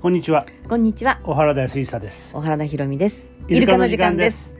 こんにちはこんにちは、小原田康久です小原田裕美です。イルイルカカのの時時間間でですす。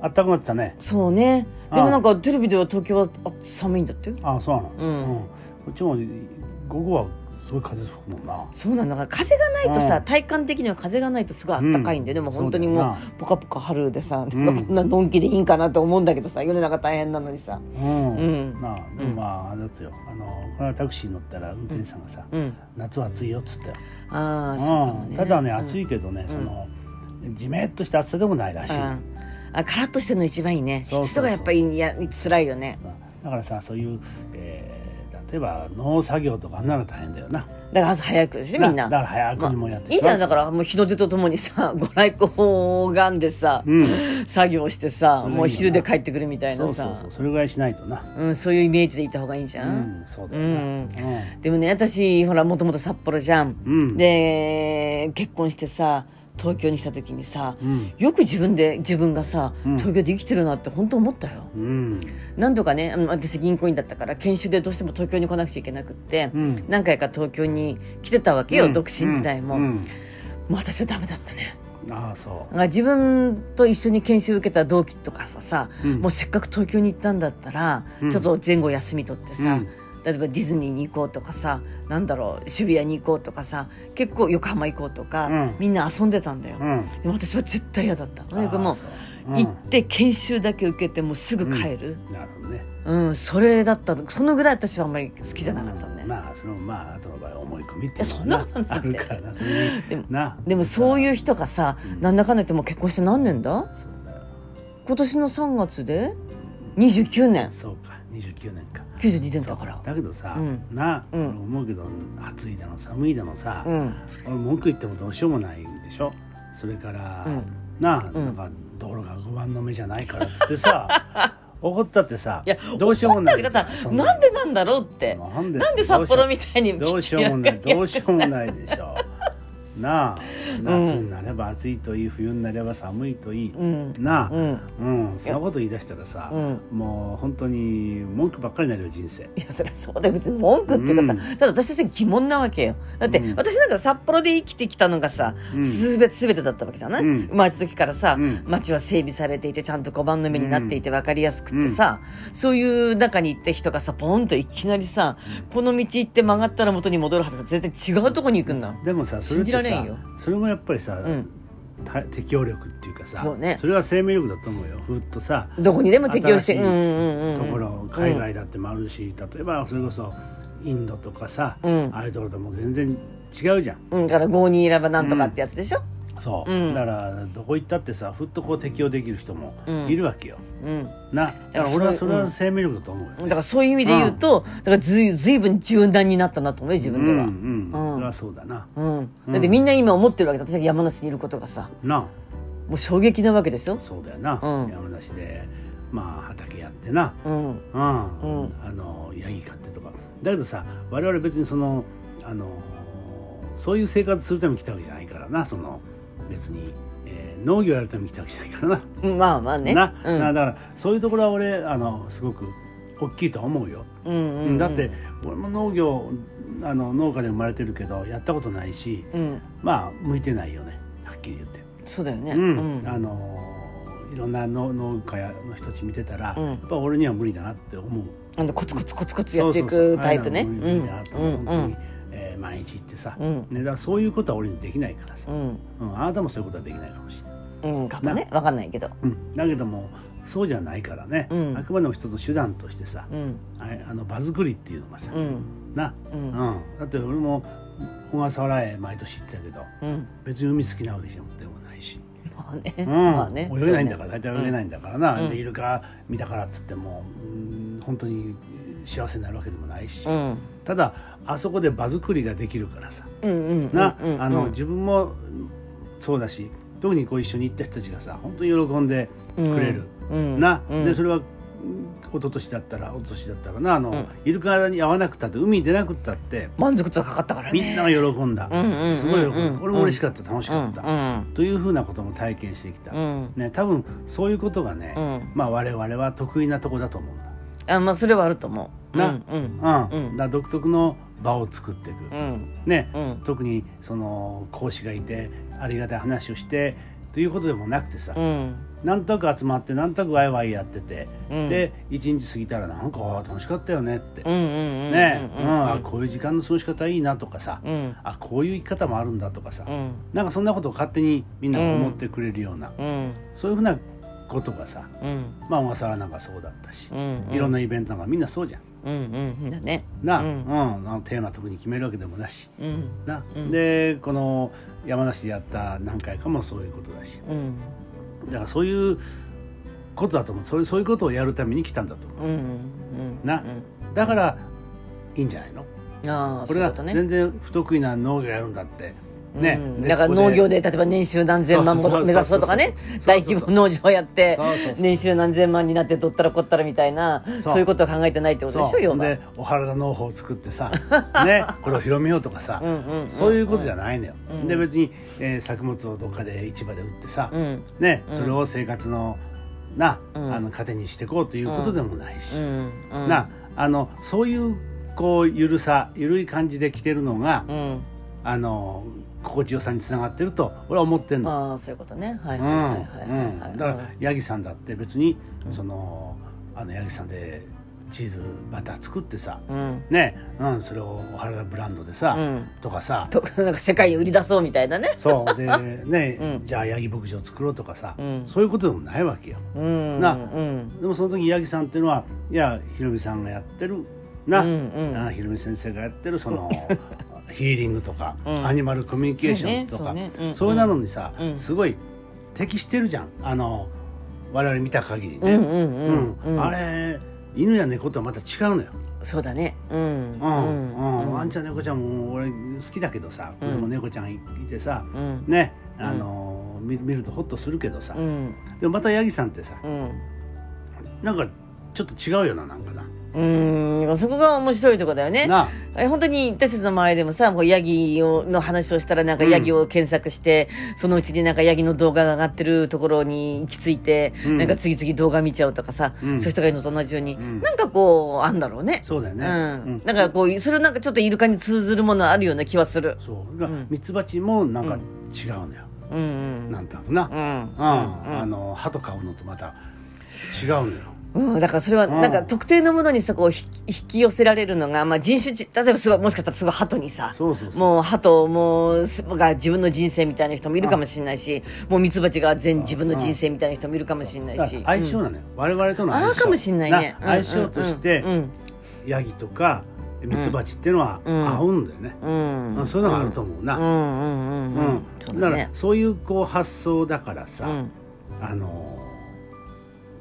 あったかくなったねそうね。でああもなんかテレビでは東京はあ寒いんだってよ。ああそうなの、うんこっちも午後はすごい風吹くもんなそうなのだから風がないとうさん体感的には風がないとすごい暖かいんだよ、でも本当にそうだもよなうポカポカ春でさ、うんなんかこんなのんきでいいんかなと思うんだけどさ世の中大変なのにさうん、うんなあでもまああれですよあのこの間タクシー乗ったら運転手さんがさ、うん夏は暑いよっつったよ、ああそうかもうんねただねうん暑いけどね、そのじめっとした暑さでもないらしい、ああカラッとしてるの一番いいねそうそうそう湿度がやっぱりいや辛いよねだからさそういう、えー例えば農作業とかあんなの大変だよなだから朝早くでしょみんなだから早くにもやっていいじゃんだからもう日の出とともにさご来光を拝んでさ、うん作業してさそれいいよなもう昼で帰ってくるみたいなそうさそうそうそれぐらいしないとなうん、そういうイメージでいた方がいいんじうゃん、んそうだよなうんでもね私ほらもともと札幌じゃん、うんで結婚してさ東京に来た時にさ、うんよく自分で自分がさ、うん東京で生きてるなって本当思ったようん何度かねあの私銀行員だったから研修でどうしても東京に来なくちゃいけなくって、うん何回か東京に来てたわけよ、独身時代も、うんうもんう私はダメだったねああそなんか自分と一緒に研修受けた同期とかささ、うんもうせっかく東京に行ったんだったら、うんちょっと前後休み取ってさ、うん例えばディズニーに行こうとかさなんだろう渋谷に行こうとかさ結構横浜行こうとか、うんみんな遊んでたんだよ、ううんでも私は絶対嫌だったとにかくもあうーそう行って研修だけ受けてもうすぐ帰る、うんなるほどねうんそれだったのそのぐらい私はあんまり好きじゃなかったんだよ、まあそのまああとの場合思い込みっていうのいやそんなことなあいるからなそれにでもなでもそういうう人がさ、うんなんだかんだ言ってもう結婚して何年だそうだよ今年の3月で29年そうか29年か92年だからだけどさ、うんな、う俺ん思うけど暑いだの寒いだのさ、うん俺文句言ってもどうしようもないでしょそれから、うんなあ、うんなんか道路が5番の目じゃないからっつって さ怒ったってさいやどうしようもなだいけどさそななんでなんだろうってなんでなんで札幌みたいにどうしようもないきっちりどうしようもないでしょなあ夏になれば暑いといい冬になれば寒いといい、うんなあう、んうんそんなこと言い出したらさ、うんもう本当に文句ばっかりになるよ人生いやそりゃそうだよ別に文句っていうかさ、うただ私たち疑問なわけよだって、うん私なんか札幌で生きてきたのがさ、うんすべすべてだったわけじゃない、うん生まれた時からさ、うん街は整備されていてちゃんと5番の目になっていて分かりやすくってさ、そういう中に行った人がさポンといきなりさ、この道行って曲がったら元に戻るはずが絶対違うとこに行くんだ、でもさそれってさ信じられんよそれもやっぱりさ、うんた適応力っていうかさそうねれは生命力だと思うよふっとさどこにでも適応して新しいうんうんとうんこうんろ海外だってもあるし、例えばそれこそインドとかさ、うんああいうところとも全然違うじゃんうん、だから5にいればなんとかってやつでしょ、そう、うんだからどこ行ったってさふっとこう適応できる人もうんいるわけよ、うん、なだから俺はそれは生命力だと思うよ、だからそういう意味で言うと、だからずいずいぶん柔軟になったなと思うよ自分では、うんうん、うんそれはそうだなうん、だってみんな今思ってるわけだ私が山梨にいることがさなもう衝撃なわけですよあ、そうだよな、うん山梨でまあ畑やってなうん、うんうんあのヤギ飼ってとかだけどさ我々別にそのあのそういう生活するために来たわけじゃないからなその別に、えー農業やるために来たわけじゃないからな,、まあまあねなうん、なだからそういうところは俺あのすごく大きいとは思うよ、うんうんうんだって俺も農業あの農家で生まれてるけどやったことないしうんまあ向いてないよねはっきり言って。そうだよねうんうんあのいろんな農農家の人たち見てたら、うんやっぱ俺には無理だなって思うあのコツコツコツコツやっていそうそうくそうタイプねああいううのんは無う理だなとんう本当にん、えー毎日行ってさ、うねんだからそういうことは俺にできないからさう、んうん、あなたもそういうことはできないかもしれない、うんかもねわかんないけどうん、だけどもそうじゃないからね、うんあくまでも一つ手段としてさうんあれあの場作りっていうのがさ、うんな、ううんん、だって俺も小笠原へ毎年行ってたけどうん別に海好きなわけでもないし。まあね、うんまあね泳げないんだから大体泳げないんだからな、うんでイルカ見たからっつっても、うん、本当に幸せになるわけでもないし、そうねただあそこで場作りができるからさ、うんうんうんうんな、うんうんあの自分もそうだし特にこう一緒に行った人たちがさ本当に喜んでくれる、うんな、うんでそれはうん一昨年だったら一昨年だったらなあの、んイルカに合わなくたって海に出なくったって満足度がかかったからねみんなが喜んだ、うんうんうんうんすごい喜んだ、俺も嬉しかった楽しかった、うんというふうなことも体験してきた。うんね、多分そういうことがね、うんまあ我々は得意なとこだと思うんだ。あまあそれはあると思うなうんうんうん、うんだから独特の場を作っていく、うんねうん特にその講師がいてありがたい話をしてということでもなくてさ、うんなんとなく集まってなんとなくワイワイやってて、うんで一日過ぎたらなんかあー楽しかったよねって、うんうんうんねううんん、うんあこういう時間の過ごし方いいなとかさ、うんあこういう生き方もあるんだとかさ、うんなんかそんなことを勝手にみんなが思ってくれるような、うんそういうふうなことがさうんまあ小笠原なんかそうだったしう、んいろんなイベントなんかみんなそうじゃん。うんうんだねな、ううんんあのテーマ特に決めるわけでもなし。うんなうんでこの山梨でやった何回かもそういうことだしうんだからそういうことだと思うそういうそういうことをやるために来たんだと思うんうんなうだからいいんじゃないのうんああそう俺いうらことね全然不得意な農業やるんだってね、うんねだからここ農業で例えば年収何千万そうそうそう目指すとかねそうそうそう大規模農場やってそうそうそう年収何千万になってどったらこったらみたいなうそういうことは考えてないってことでしそょう要ほんはでお原田農法を作ってさ、ね、これを広めようとかさ、うんうんうんそういうことじゃないのよ、うんで別に、えー作物をどっかで市場で売ってさ、うんね、うんそれを生活のな、うんあの糧にしていこうということでもないし、うんうんなあのそういうこうゆるさゆるい感じで来てるのが、うんあの心地よさにつながってると俺は思ってんの。ああそういうことねはういんはいはいはいはいはういんだから八木さんだって別に、うんそのあの八木さんでチーズバター作ってさ、うんね、うん、それをお原ブランドでさ、うんとかさとなんか世界に売り出そうみたいなねそうでね、 うんじゃあ八木牧場作ろうとかさ、うんそういうことでもないわけようんなうんでもその時八木さんっていうのはいやひろみさんがやってるな、うんうんあひろみ先生がやってるその ヒーリングとか、うんアニマルコミュニケーションとそうかねそうねうんそういうなのにさ、うんすごい適してるじゃんあの我々見た限りうんね、うんうんうんあれ犬や猫とはまた違うのよそうだねうんうんうんワンゃちゃん猫ちゃんも俺好きだけどさ、うんでも猫ちゃんいてさんうんねあのー見見るとホッとするけどさ、うんでもまたヤギさんってさうんなんかちょっと違うよななんかな。うんそこが面白いとこだよねなあえ本当に私たちの周りでもさもうヤギをの話をしたらなんかうんヤギを検索して、そのうちになんかヤギの動画が上がってるところに行き着いて、うんなんか次々動画見ちゃうとかさ、うんそういう人がいるのと同じように、んなんかこうあんだろうね。そうだようね。ん、なんかこうそれをなんかちょっとイルカに通ずるものあるような気はする。そうだからうんミツバチもなんか違うのよ、うんうんなんとなくな、うんうんあの歯と買うのとまた違うのようん、だからそれはうんなんか特定のものにさこう引き引き寄せられるのが、まあ、人種ち例えばすごいもしかしたらすごい鳩にさそうそうそうもう鳩もうすが自分の人生みたいな人もいるかもしれないしもうミツバチが全自分の人生みたいな人もいるかもしれなだいかしら相性なのよ、我々とのあ相あ性かもしれないね相性としてうんヤギとかミツバチっていうのはうん合うんだよね、うん、う、うんんそういうのがあると思うな、ううんんうんうんうんそうだだからねそういうこう発想だからうさ、んあのー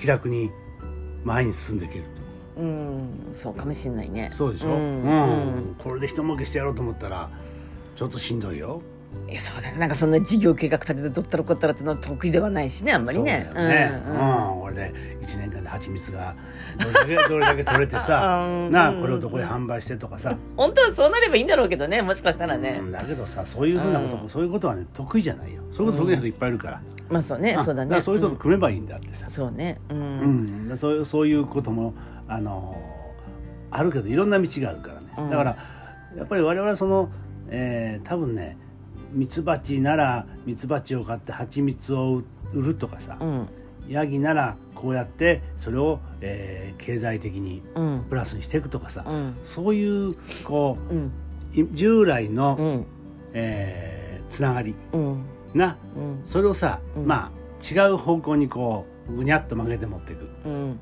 気楽に前に進んでいけるとうんそうかもしれないねそうでしょ、うんうんこれで一儲けしてやろうと思ったらちょっとしんどいよえそうだねなんかそんな事業計画立ててどったらこったらってのは得意ではないしねあんまりねそうだよねうん、俺で1年間で蜂蜜がどれだけどれだけ取れてさ うんなあうんこれをどこへ販売してとかさ、本当はそうなればいいんだろうけどねもしかしたらね、うんだけどさそういうふうなことも、うんそういうことはね得意じゃないよそういうこと得意な人いっぱいいるから、まあそうねあそうだねからそういう人と組めばいいんだってさうん、そうねう、うんんだそういうそういうこともあのーあるけどいろんな道があるからね、うんだからやっぱり我々はその、えー多分ねミツバチならミツバチを買って蜂蜜を売るとかさ、うんヤギならこうやってそれを、えー経済的にうんプラスにしていくとかさ、うんそういうこうんうい従来の、うんえーつながりうんなうんそれをさ、うんまあ違う方向にこうぐにゃっと曲げて持っていく。うん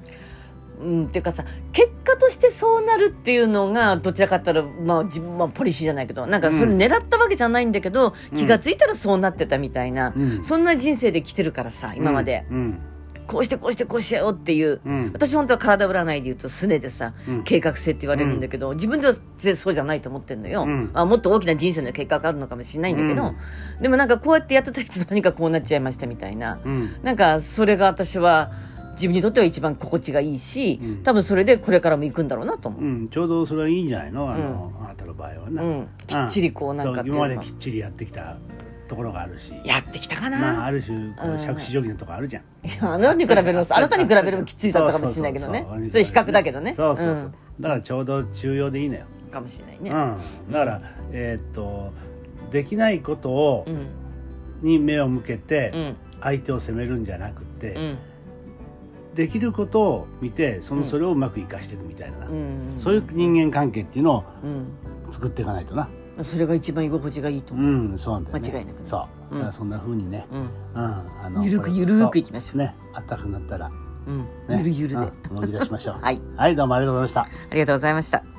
うん、っていうかさ結果としてそうなるっていうのがどちらかというと、まあ、自分はポリシーじゃないけどなんかそれうん狙ったわけじゃないんだけど、うん気がついたらそうなってたみたいな、うんそんな人生で来てるからさ今まで、うんこうしてこうしてこうしようっていう、うん私本当は体占いで言うとすねでさ、うん計画性って言われるんだけど、自分では全然そうじゃないと思ってんのよ、うんあもっと大きな人生の計画があるのかもしれないんだけど、でもなんかこうやってやってたいつの間にかこうなっちゃいましたみたいな、うんなんかそれが私は自分にとっては一番心地がいいし、うん多分それでこれからも行くんだろうなと思うう、ん、ちょうどそれはいいんじゃないのあの、あなたの場合はうな、んきっちりこうなんそかっうていう今のまができっちりやってきたところがあるしやってきたかな、まあある種こううん借子定規のとこあるじゃんいや あなたに比 べますあなたに比べればきついだったかもしれないけどねううううそれ比較だけどねそうそうそう、だからちょうど中用でいいのよ、うんかもしれないねうん、だからえーっとできないことをうんに目を向けてうん相手を責めるんじゃなくて、うんできることを見てそのうんそれをうまく生かしていくみたいな、うんそういう人間関係っていうのをうん作っていかないとなまあそれが一番居心地がいいとう思う、んそうなんだよ、ね、間違いなくねそう、うんだからそんな風にね、うんうん、あゆるこくれゆるくいきましそうょうねあったかくなったら、ね、うんゆるゆるで、うん、動き出しましょうはいはいどうもありがとうございましたありがとうございました